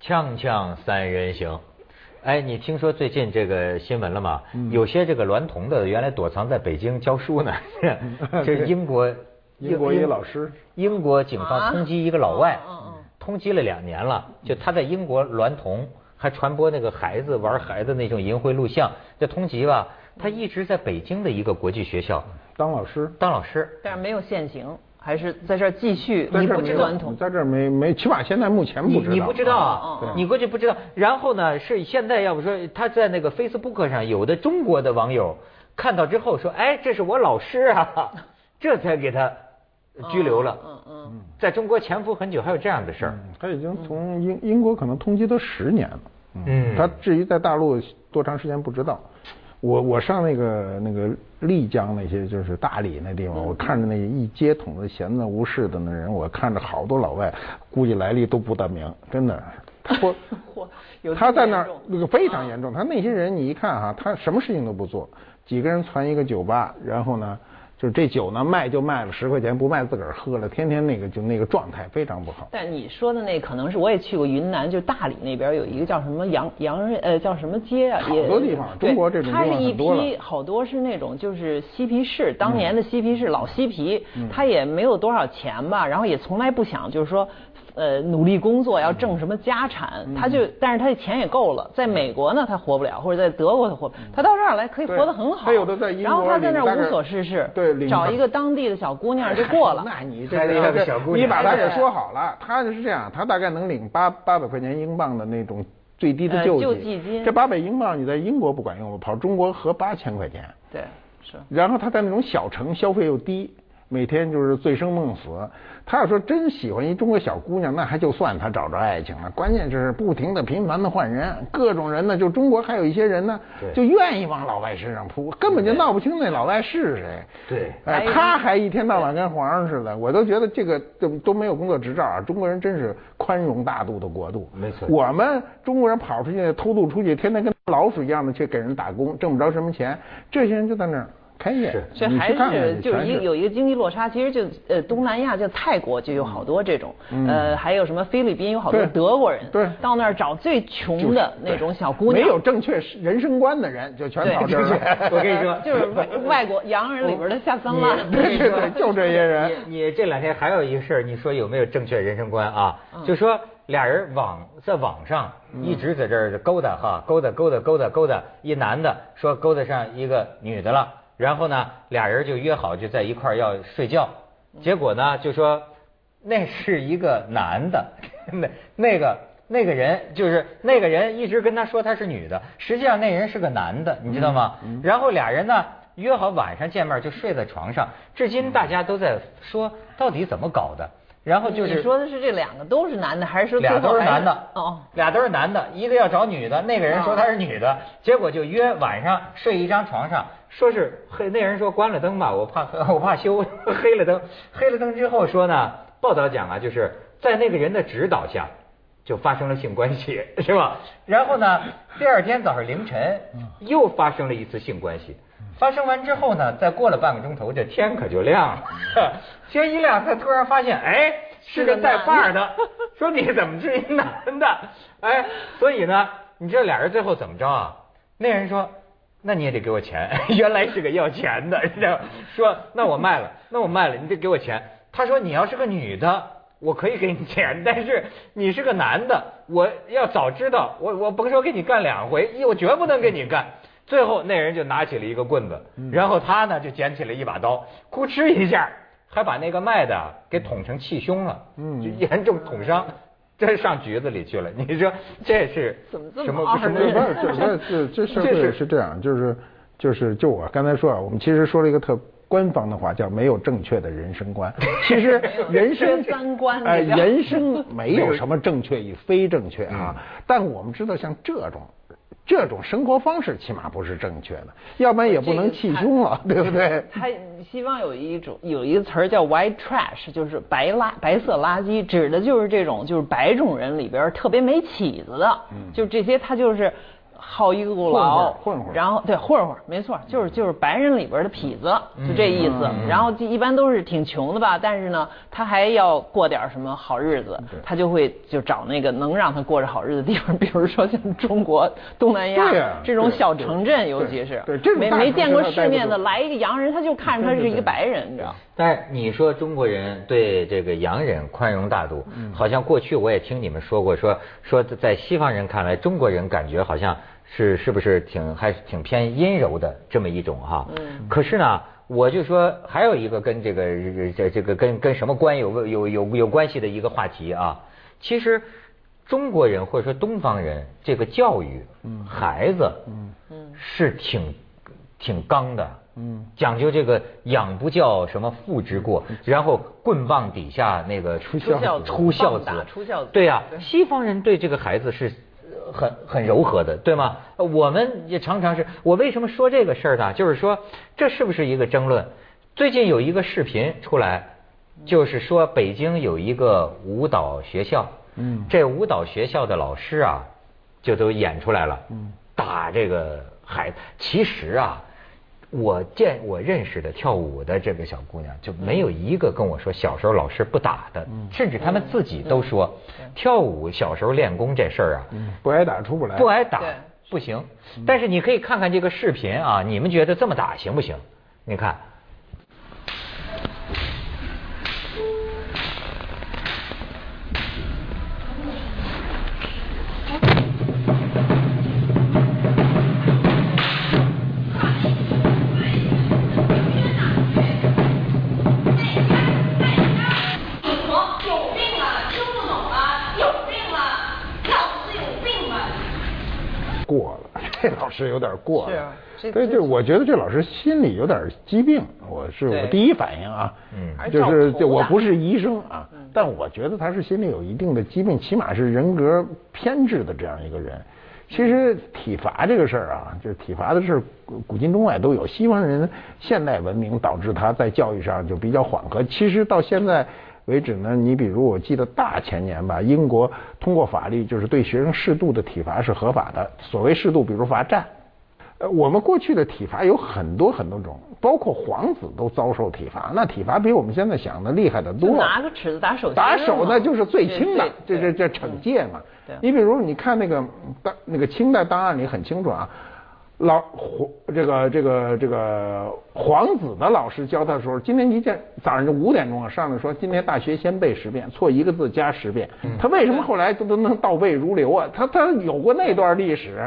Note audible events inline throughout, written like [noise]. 锵锵三人行。哎，你听说最近这个新闻了吗？嗯有些这个娈童的原来躲藏在北京教书呢， [laughs] 这英国嗯英国一老师，英国警方通缉一个老外，啊嗯嗯嗯通缉了两年了，就他在英国娈童，还传播那个孩子玩孩子那种淫秽录像，这通缉吧，他一直在北京的一个国际学校当老师，当老师，但是没有现行，还是在这儿继续。在你这不儿没知有道传统，在这儿没没，起码现在目前你不知道，你不知道嗯嗯啊嗯，你过去不知道。然后呢，是现在要不说他在那个 Facebook 上，有的中国的网友看到之后说，哎，这是我老师啊， [laughs] 这才给他拘留了。嗯嗯嗯，在中国潜伏很久，还有这样的事儿。嗯他已经从英英国可能通缉他十年了。嗯他至于在大陆多长时间不知道。我我上那个那个丽江那些就是大理那地方，我看着那一街筒子闲的无事的那人，我看着好多老外，估计来历都不大明，真的。他 [laughs] 我嚯有他这在么那儿严重啊那个非常严重，他那些人你一看哈、他什么事情都不做，几个人攒一个酒吧，然后呢，就是这酒呢卖就卖了十块钱，不卖自个儿喝了，天天那个就那个状态非常不好。但你说的那可能是我也去过云南，就大理那边有一个叫什么洋洋人呃叫什么街啊，好也多地方对中国这种地它方是一很多了嗯批好多是那种就是嬉皮士，当年的嬉皮士、老嬉皮，他也没有多少钱吧，然后也从来不想就是说。呃，努力工作要挣什么家产，嗯他就，但是他的钱也够了。在美国呢，他活不了，或者在德国他活不，他到这儿来可以嗯对活得很好。他有的在英然后国他在领那大儿概无所事事，对领找他一个当地的小姑娘就过了。 [laughs] 哎那你这还得让这小姑你娘把他给说好了，他是这样，他大概能领八八百块钱英镑的那种最低的呃救济。救济金这八百英镑你在英国不管用了，跑中国合八千块钱。对，是。然后他在那种小城消费又低，每天就是醉生梦死。他要说真喜欢一中国小姑娘，那还就算他找着爱情了。关键是不停的频繁的换人，各种人呢，就中国还有一些人呢对，就愿意往老外身上扑，根本就闹不清那老外是谁。对哎还，有他还一天到晚跟皇上似的，我都觉得这个都都没有工作执照啊！中国人真是宽容大度的国度。没错我们中国人跑出去偷渡出去，天天跟老鼠一样的去给人打工，挣不着什么钱，这些人就在那儿开业是。所以你还去看看是去就是全一有一个经济落差，其实就呃东南亚就泰国就有好多这种，呃还有什么菲律宾有好多对德国人，对到那儿找最穷的那种小姑娘，没有正确人生观的人，就全对跑这儿了。 [laughs] 我跟 [laughs] 你说，就是外外国洋人里边的下三滥，对对对，就这些人。你你这两天还有一个事儿，你说有没有正确人生观啊？就说俩人网在网上一直在这儿勾搭哈，勾搭勾搭勾搭勾搭，一男的说勾搭上一个女的了，然后呢，俩人就约好就在一块儿要睡觉，结果呢就说那是一个男的，那那个。那个人就是那个人，一直跟他说他是女的，实际上那人是个男的，你知道吗？嗯然后俩人呢约好晚上见面就睡在床上，至今大家都在说到底怎么搞的。然后就是你说的是这两个都是男的，还是说最俩后都是还男的，哦，俩都是男的，一个要找女的，那个人说她是女的，结果就约晚上睡一张床上，说是黑，那人说关了灯吧，我怕 [laughs] 我怕羞，黑了灯，黑了灯之后说呢，报道讲啊，就是在那个人的指导下。就发生了性关系，是吧？然后呢，第二天早上凌晨嗯又发生了一次性关系，发生完之后呢，再过了半个钟头，这天可就亮了。[laughs] 嗯天一亮，他突然发现，哎，是个带把儿的，说你怎么是一男的？哎，所以呢，你知道俩人最后怎么着啊？那人说，那你也得给我钱， [laughs] 原来是个要钱的，你知道？说那我卖了，那我卖了，你得给我钱。他说你要是个女的，我可以给你钱，但是你是个男的，我要早知道，我我甭说给你干两回，一我绝不能给你干。最后那人就拿起了一个棍子，然后他呢就捡起了一把刀，咕哧一下，还把那个卖的啊给捅成气胸了，嗯就严重捅伤，这上局子里去了。你说这是怎么这么什么二什么不是不是，这这这社会是这样，就是就是就我刚才说啊，我们其实说了一个特官方的话，叫没有正确的人生观。其实人生缺三观哎，这叫人生没有什么正确与非正确啊。但我们知道，像这种这种生活方式，起码不是正确的，要不然也不能气胸了，对不对？他西方有一种有一个词儿叫 white trash，就是白垃白色垃圾，指的就是这种就是白种人里边儿特别没起子的，就这些他就是好逸恶劳，嗯混混混混然后对混混，没错，就是就是白人里边的痞子，就这意思。嗯然后就一般都是挺穷的吧，但是呢，他还要过点什么好日子对，他就会就找那个能让他过着好日子的地方，比如说像中国东南亚对呀这种对小城镇，尤对其是对这种没大城没市见过他待世不面住的，来一个洋人，他就看着他是一个白人，你知道。但是你说中国人对这个洋人宽容大度，嗯好像过去我也听你们说过，说说在西方人看来，中国人感觉好像是是不是挺还是挺偏阴柔的这么一种哈。嗯可是呢，我就说还有一个跟这个这这个跟跟什么关有有有有关系的一个话题啊，其实。中国人或者说东方人，这个教育，孩子，嗯是挺挺刚的，嗯，讲究这个养不教什么父之过，然后棍棒底下那个出孝子出孝棒子打，嗯出孝子对呀、对西方人对这个孩子是呃很很柔和的，对吗？呃我们也常常是，我为什么说这个事儿呢？就是说，这是不是一个争论？最近有一个视频出来，嗯就是说北京有一个舞蹈学校，嗯这舞蹈学校的老师啊，就都演出来了，嗯打这个孩子。其实啊，我见我认识的跳舞的这个小姑娘，就没有一个跟我说小时候老师不打的，嗯甚至他们自己都说，跳舞小时候练功这事儿啊，不挨打出不来。不挨打对不行。嗯但是你可以看看这个视频啊，你们觉得这么打行不行？你看。你说有病了，听不懂了，有病了，老子有病了。过了，这老师有点过是啊了。这对，这就我觉得这老师心里有点疾病，我是对我第一反应啊，嗯还就照嗯是头就我打不是医生啊，但我觉得他是心里有一定的疾病，起码是人格偏执的这样一个人。其实体罚这个事儿啊，就是体罚的事儿，古古今中外都有。西方人现代文明导致他在教育上就比较缓和。其实到现在为止呢，你比如我记得大前年吧，英国通过法律，就是对学生适度的体罚是合法的。所谓适度，比如罚站。呃，我们过去的体罚有很多很多种，包括皇子都遭受体罚。那体罚比我们现在想的厉害的多。就拿个尺子打手心打手嘛那就是最轻的，对这对这这惩戒嘛。嗯对你比如你看那个当那个清代档案里很清楚啊，老皇这个这个这个皇子的老师教他的时候，今天一见早上就五点钟啊，上来说今天大学先背十遍，错一个字加十遍。嗯他为什么后来都都能倒背如流啊？他他有过那段历史，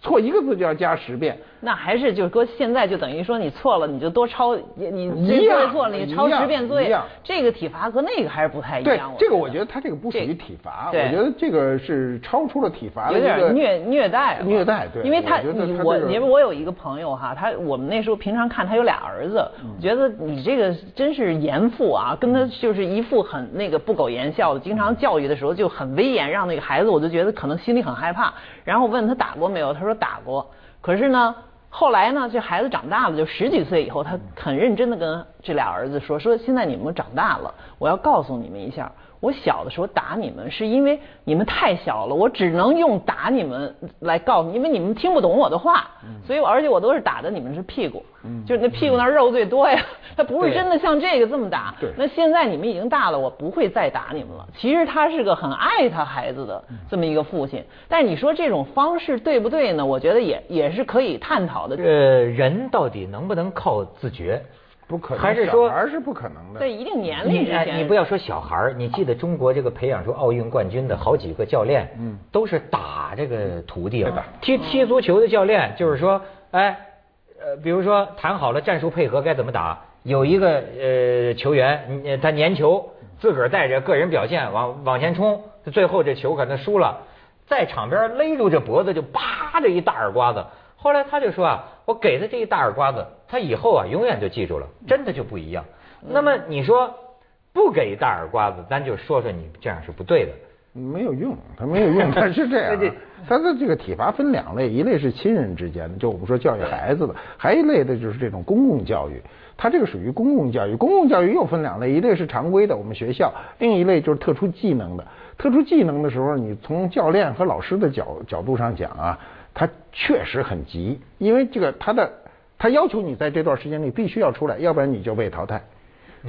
错一个字就要加十遍。那还是就是说，现在就等于说你错了，你就多抄，你你一这样作业错了，你抄一样十遍作一业样，这个体罚和那个还是不太一对样。，这个我觉得他这个不属于体罚，对我觉得这个是超出了体罚的有一个点虐虐待了，虐待对，因为他我觉得你他我这个因为我有一个朋友哈，他我们那时候平常看他有俩儿子，嗯觉得你这个真是严父啊，跟他就是一副很那个不苟言笑的，经常教育的时候就很威严，让那个孩子我就觉得可能心里很害怕。然后问他打过没有，他说打过，可是呢。后来呢，这孩子长大了，就十几岁以后，他很认真的跟这俩儿子说：“说现在你们长大了，我要告诉你们一下，我小的时候打你们是因为你们太小了，我只能用打你们来告诉你，因为你们听不懂我的话，所以我而且我都是打的你们是屁股，就是那屁股那儿肉最多呀，他不是对真的像这个这么打对。那现在你们已经大了，我不会再打你们了。其实他是个很爱他孩子的嗯这么一个父亲，但是你说这种方式对不对呢？我觉得也也是可以探讨的。呃，人到底能不能靠自觉？不可能，还是说小孩儿是不可能的。在一定年龄你之哎前，你不要说小孩儿，你记得中国这个培养出奥运冠军的好几个教练，嗯都是打这个徒弟的了。踢踢足球的教练就是说，哎，呃，比如说谈好了战术配合该怎么打，有一个呃球员嗯他粘球，自个儿带着个人表现往往前冲，最后这球可能输了，在场边勒住这脖子就啪这一大耳刮子。后来他就说啊，我给他这一大耳刮子，他以后啊永远就记住了，真的就不一样。那么你说不给大耳刮子，咱就说说你这样是不对的。没有用，他没有用，他是这样那这啊。他的这个体罚分两类，一类是亲人之间的，就我们说教育孩子的；还有一类的就是这种公共教育，他这个属于公共教育。公共教育又分两类，一类是常规的，我们学校；另一类就是特殊技能的。特殊技能的时候，你从教练和老师的角角度上讲啊，他确实很急，因为这个他的他要求你在这段时间里必须要出来，要不然你就被淘汰。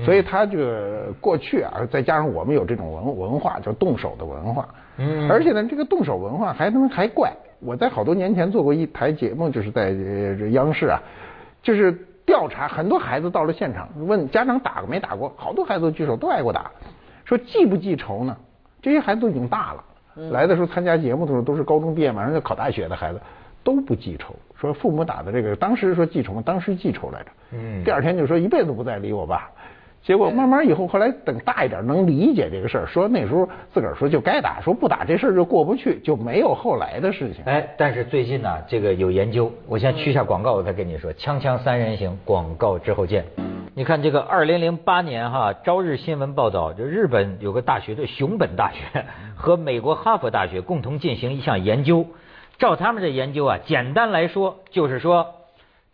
所以他这个过去啊，再加上我们有这种文文化，就动手的文化。嗯而且呢，这个动手文化还他妈还怪。我在好多年前做过一台节目，就是在呃这央视啊，就是调查很多孩子到了现场，问家长打过没打过，好多孩子都举手都挨过打，说记不记仇呢？这些孩子都已经大了，嗯来的时候参加节目的时候都是高中毕业，马上就考大学的孩子，都不记仇。说父母打的这个，当时说记仇吗？当时记仇来着。嗯第二天就说一辈子不再理我爸。结果慢慢以后，后来等大一点能理解这个事儿，说那时候自个儿说就该打，说不打这事儿就过不去，就没有后来的事情。嗯哎，但是最近呢、这个有研究，我先去一下广告，我再跟你说，《锵锵三人行》广告之后见。你看这个二零零八年哈，《朝日新闻》报道，就日本有个大学，这熊本大学嗯和美国哈佛大学共同进行一项研究。照他们这研究啊，简单来说就是说，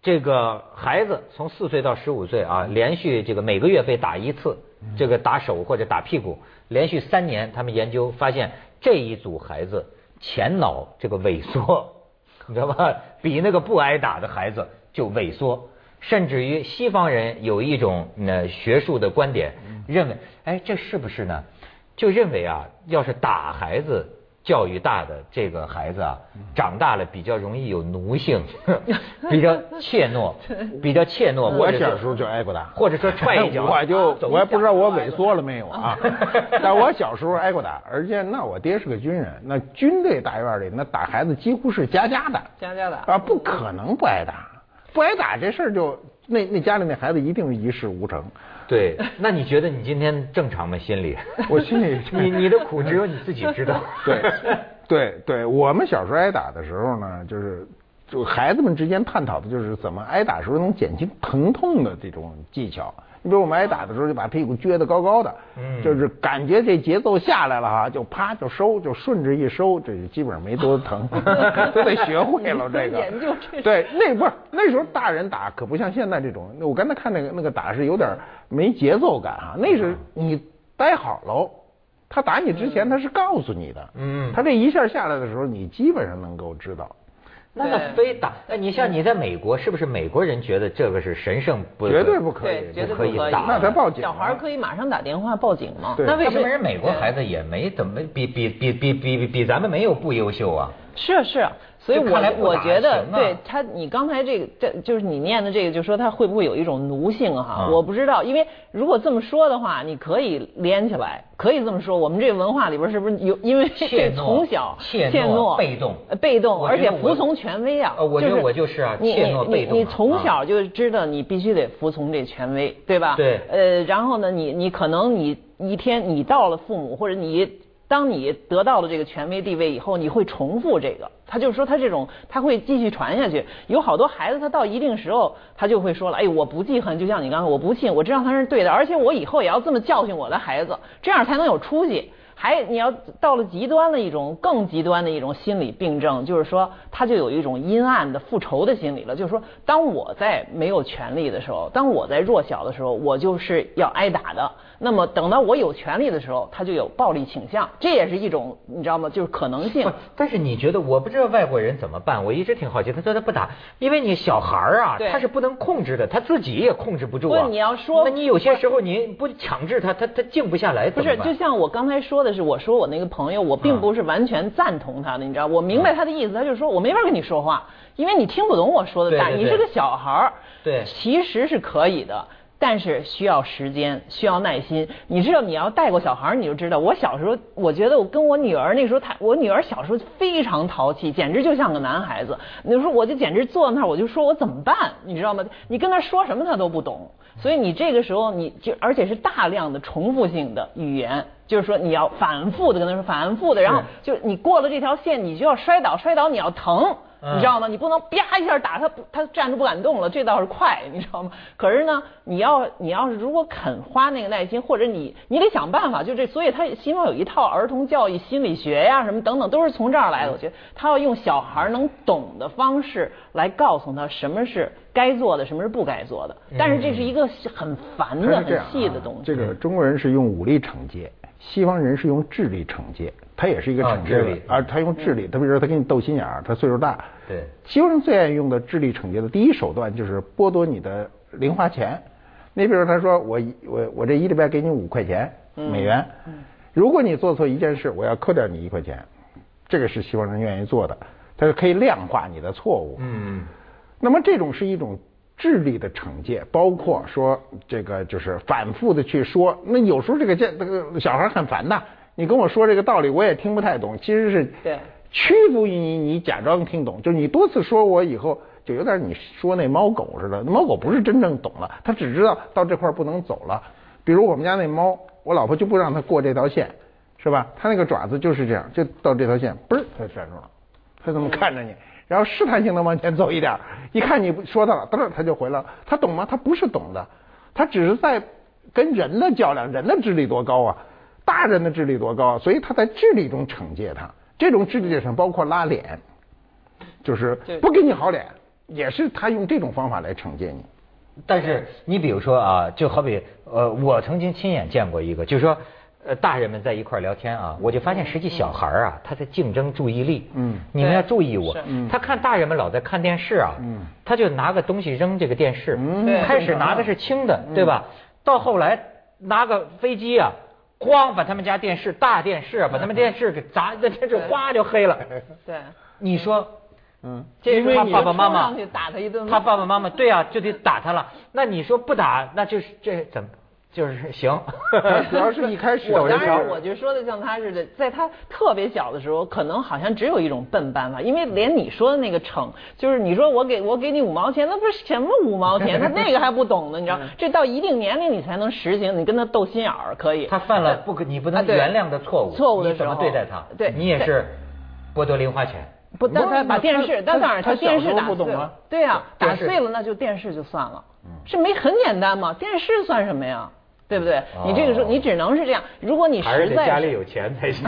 这个孩子从四岁到十五岁啊，连续这个每个月被打一次，这个打手或者打屁股，连续三年，他们研究发现这一组孩子前脑这个萎缩， [laughs] 你知道吧？比那个不挨打的孩子就萎缩，甚至于西方人有一种呃学术的观点，认为，哎，这是不是呢？就认为啊，要是打孩子。教育大的这个孩子啊，嗯长大了比较容易有奴 [laughs] 性，比较怯懦，比较怯懦。或嗯我者是小时候就挨过打，或者说踹 [laughs] 一脚。啊我就走一我也不下知道我萎缩了没有啊，但我小时候挨过打，而且那我爹是个军人，那军队大院里那打孩子几乎是家家的，家家的啊，不可能不挨打，不挨打这事儿就那那家里那孩子一定一事无成。对，那你觉得你今天正常吗？心里？ [laughs] 我心里 [laughs] 你你的苦只有你自己知道。对，对对，我们小时候挨打的时候呢，就是就孩子们之间探讨的就是怎么挨打时候能减轻疼痛的这种技巧。你比如我们挨打的时候，就把屁股撅得高高的，嗯就是感觉这节奏下来了哈，就啪就收，就顺着一收，这基本上没多 [laughs] 疼，都得学会了这个。研究这对，那不是那时候大人打可不像现在这种，我刚才看那个那个打是有点没节奏感啊，那是嗯你待好喽，他打你之前他是告诉你的，嗯他这一下下来的时候，你基本上能够知道， [laughs] 那非打，那你像你在美国，是不是美国人觉得这个是神圣不？绝对不可以对，绝对不可以以打那他报警啊小孩儿可以马上打电话报警吗？对那为为什什么么人美国孩子也没怎么比比比比比比比咱们没有不优秀啊？是啊是啊，所以就看来我不我打觉得行啊对他，你刚才这个这就是你念的这个，就说他会不会有一种奴性哈？嗯我不知道，因为如果这么说的话，你可以连起来，可以这么说。我们这文化里边是不是有因为怯 [laughs] 懦从小怯懦被动呃被动，我而觉得且我服从权威啊？呃我觉得是我就是啊你怯懦你被你动你啊从啊小就知道你必须得服从这权威，对吧？对呃，然后呢，你你可能你一天你到了父母，或者你当你得到了这个权威地位以后，你会重复这个。他就说他这种他会继续传下去。有好多孩子他到一定时候，他就会说了，哎，我不记恨，就像你刚才，我不信，我知道他是对的，而且我以后也要这么教训我的孩子，这样才能有出息。还你要到了极端的一种更极端的一种心理病症，就是说他就有一种阴暗的复仇的心理了。就是说，当我在没有权利的时候，当我在弱小的时候，我就是要挨打的。那么等到我有权利的时候，他就有暴力倾向，这也是一种你知道吗？就是可能性不。，但是你觉得我不知道外国人怎么办？我一直挺好奇，他说他不打，因为你小孩儿啊，对他是不能控制的，他自己也控制不住啊。不你要说那你有些时候你不强制他，他他静不下来，不怎么是，办嗯就像我刚才说的是，我说我那个朋友，我并不是完全赞同他的，你知道，我明白他的意思，他就是说我没法跟你说话，因为你听不懂我说的对大，对你对是个小孩儿，对其实是可以的。但是需要时间，需要耐心。你知道，你要带过小孩儿，你就知道。我小时候，我觉得我跟我女儿那时候，她我女儿小时候非常淘气，简直就像个男孩子。你说，我就简直坐那儿，我就说我怎么办，你知道吗？你跟她说什么，她都不懂。所以你这个时候，你就而且是大量的重复性的语言，就是说你要反复的跟她说，反复的，然后就你过了这条线，你就要摔倒，摔倒你要疼。嗯你知道吗？你不能啪一下打他，他站着不敢动了，这倒是快，你知道吗？可是呢，你要你要是如果肯花那个耐心，或者你你得想办法，就这，所以他西方有一套儿童教育心理学呀、什么等等，都是从这儿来的。我觉得他要用小孩能懂的方式来告诉他什么是该做的，什么是不该做的。但是这是一个很烦的、他是这很样啊细的东西。这个中国人是用武力惩戒，西方人是用智力惩戒。它也是一个啊惩戒智力的，而它用智嗯力，他比如说他给你斗心眼儿，他岁数大，对西方人最爱用的智力惩戒的第一手段就是剥夺你的零花钱。你比如他说我一我我这一礼拜给你五块钱嗯美元，如果你做错一件事，我要扣掉你一块钱，这个是西方人愿意做的，它是可以量化你的错误。嗯，那么这种是一种智力的惩戒，包括说这个就是反复的去说。那有时候这个这这个小孩很烦的，你跟我说这个道理我也听不太懂，其实是对屈服于你，你假装听懂，就是你多次说我以后。就有点你说那猫狗似的，猫狗不是真正懂了，它只知道到这块儿不能走了。比如我们家那猫，我老婆就不让它过这条线，是吧？它那个爪子就是这样，就到这条线，嘣儿它就拴住了。他这么看着你，然后试探性的往前走一点儿，一看你说到了，噔儿他就回来了。他懂吗？他不是懂的，他只是在跟人的较量，人的智力多高啊，大人的智力多高啊，所以他在智力中惩戒他。这种智力上包括拉脸，就是对不给你好脸，也是他用这种方法来惩戒你。但是你比如说啊，就好比呃，我曾经亲眼见过一个，就是说呃，大人们在一块儿聊天啊，我就发现实际小孩儿啊，他在竞争注意力，嗯你们要嗯对注意我是，嗯他看大人们老在看电视啊，嗯他就拿个东西扔这个电视，嗯对开始拿的是轻嗯的，对吧？到后来拿个飞机啊。咣，把他们家电视大电视啊把嗯他们电视给砸，那电视哗就黑 [laughs] 了。对，你说嗯，这因为是他你爸爸妈冲妈上去打他一顿他爸爸妈妈对啊，就得打他了。那你说不打，那就是这怎么就是 [laughs] 行？主要是一开始我当就然，我就说的像他似的，在他特别小的时候，可能好像只有一种笨办法，因为连你说的那个惩，就是你说我给我给你五毛钱，那不是什么五 [laughs] 毛钱，他那个还不懂呢，你知道，嗯这到一定年龄你才能实行，你跟他斗心眼儿可以。他犯了不可你不啊能对原谅的错误，错误的你怎么时候对待他？对你也对是剥夺零花钱。不，但他不把他电视，他但当然他电小视时候打不懂碎了啊，对呀、电打视嗯碎了那就电视就算了，是没很简单嘛？电视算什么呀？对不对？你这个时候哦你只能是这样，如果你还是实得在家是里有钱才 [laughs] 行。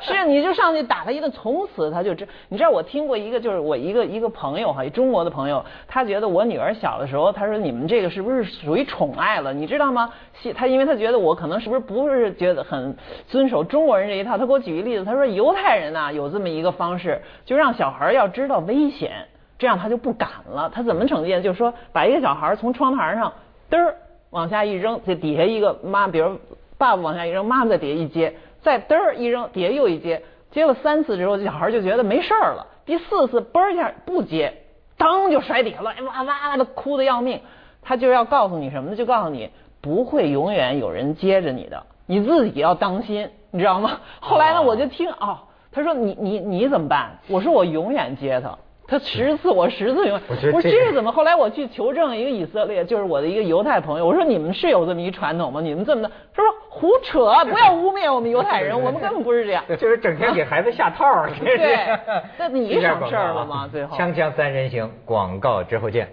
是，你就上去打他一顿，从此他就知。你知道我听过一个，就是我一个一个朋友哈，中国的朋友，他觉得我女儿小的时候，他说你们这个是不是属于宠爱了？你知道吗？西他因为他觉得我可能是不是不是觉得很遵守中国人这一套，他给我举一例子，他说犹太人呐、有这么一个方式，就让小孩儿要知道危险，这样他就不敢了。他怎么惩戒？就是说把一个小孩儿从窗台上嘚儿往下一扔，这底下一个妈，比如爸爸往下一扔，妈妈在底下一接，再嘚儿一扔，底下又一接，接了三次之后，小孩就觉得没事儿了。第四次嘣儿一下不接，当就摔底下了，哎哇哇哇的哭的要命。他就要告诉你什么呢？就告诉你不会永远有人接着你的，你自己要当心，你知道吗？后来呢，我就听哦，他说你你你怎么办？我说我永远接他。他十次，我十次永 [laughs] 远。我觉得我这这个是怎么？后来我去求证一个以色列，就是我的一个犹太朋友，我说你们是有这么一传统吗？你们这么的，他说胡扯，不要污蔑我们犹 [laughs] 太人，我们根本不是这样。 [laughs] 就是整天给孩子下套儿，这是 [laughs] 对 [laughs] 那你一点省事儿了吗广告啊最后锵锵三人行，广告之后见。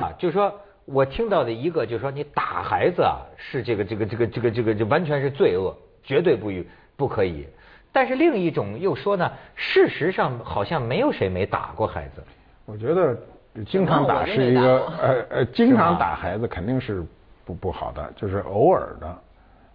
啊，就说我听到的一个，就说你打孩子啊，是这个这个这个这个这个，这完全是罪恶，绝对不予不可以。但是另一种又说呢，事实上好像没有谁没打过孩子。我觉得经常打是一那个我就没打过呃呃，经常打孩子肯定是不不好的，就是偶尔的。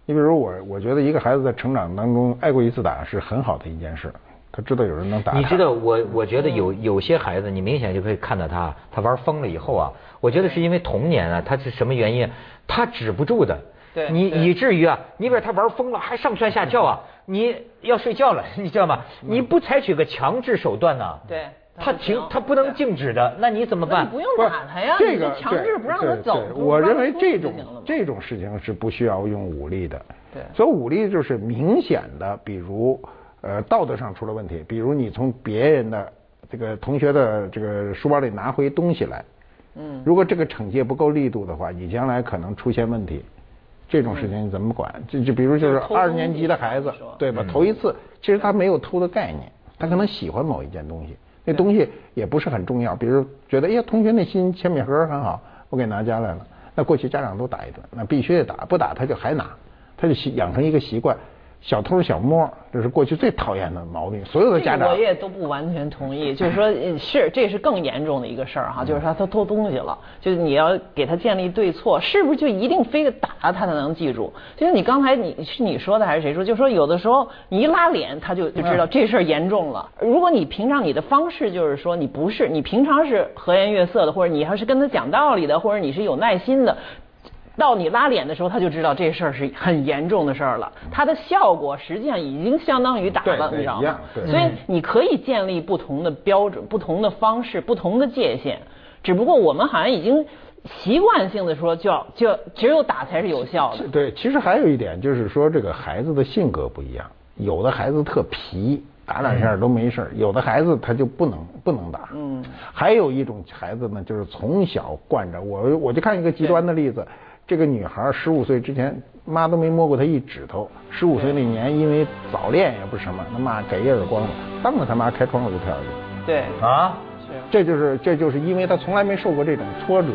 你比如我，我觉得一个孩子在成长当中挨过一次打是很好的一件事，他知道有人能打他。你知道我，嗯我觉得有有些孩子，你明显就可以看到他，他玩疯了以后啊，我觉得是因为童年啊，他是什么原因，他止不住的。对你对嗯以至于啊，你比如他玩疯了，还上蹿下跳啊，你要睡觉了， [laughs] 你知道吗？你不采取个强制手段呢、对他他不停行，他不能对静止的，那你怎么那办？你不用不是打他呀，这你就个强制对不让他对走对。不我让认他为出这去种就行了嘛这种事情是不需要用武力的。对所以武力就是明显的，比如呃道德上出了问题，比如你从别人的这个同学的这个书包里拿回东西来，嗯如果这个惩戒不够力度的话，你将来可能出现问题。这种事情你怎么管？就就比如就是嗯就是偷二东年西级的孩子你说，对吧？头一次，其实他没有偷的概念，他可能喜欢某一件东西，那东西也不是很重要。比如觉得，哎呀，同学那新铅笔盒很好，我给拿家来了。那过去家长都打一顿，那必须得打，不打他就还拿，他就习养成一个习惯。小偷小摸，这是过去最讨厌的毛病。所有的家这个长我也都不完全 [laughs] 同意，就是说呃是这是更严重的一个事儿嗯哈，就是说他偷东西了，就是你要给他建立对错，是不是就一定非得打他才能记住？就像你刚才你是你说的还是谁说？就说有的时候你一拉脸他就就知嗯道这事儿严重了。如果你平常你的方式就是说你不是你平常是和颜悦色的，或者你要是跟他讲道理的，或者你是有耐心的。到你拉脸的时候，他就知道这事儿是很严重的事儿了。它的效果实际上已经相当于打对了，对你知道一样吗？对嗯所以你可以建立不同的标准、不同的方式、不同的界限。只不过我们好像已经习惯性的说，就要就要只有打才是有效的。对，其实还有一点就是说，这个孩子的性格不一样，有的孩子特皮，打两下都没事儿有的孩子他就不能不能打。嗯，还有一种孩子呢，就是从小惯着我，我就看一个极端的例子，这个女孩十五岁之前。妈都没摸过她一指头。十五岁那年，因为早恋也不是什么，他妈给一耳光了，当着他妈开窗户就跳下去了。对，啊，是这就是这就是因为他从来没受过这种挫折，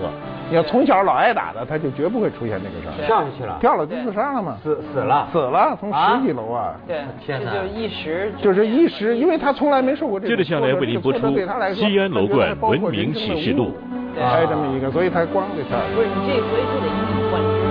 你要从小老挨打的，他就绝不会出现这个事儿。上去了，跳了就对自杀了嘛，死死了死了，从啊十几楼啊，对，天哪这就是一时之就是一间时，因为他从来没受过这接种着挫下折，来为您播这出个挫折对他来《说西安楼冠他觉得还包括文明人生的启示侮录辱》，还有这么一个，所以他光这跳下去。不是你这，所以就得一以贯之。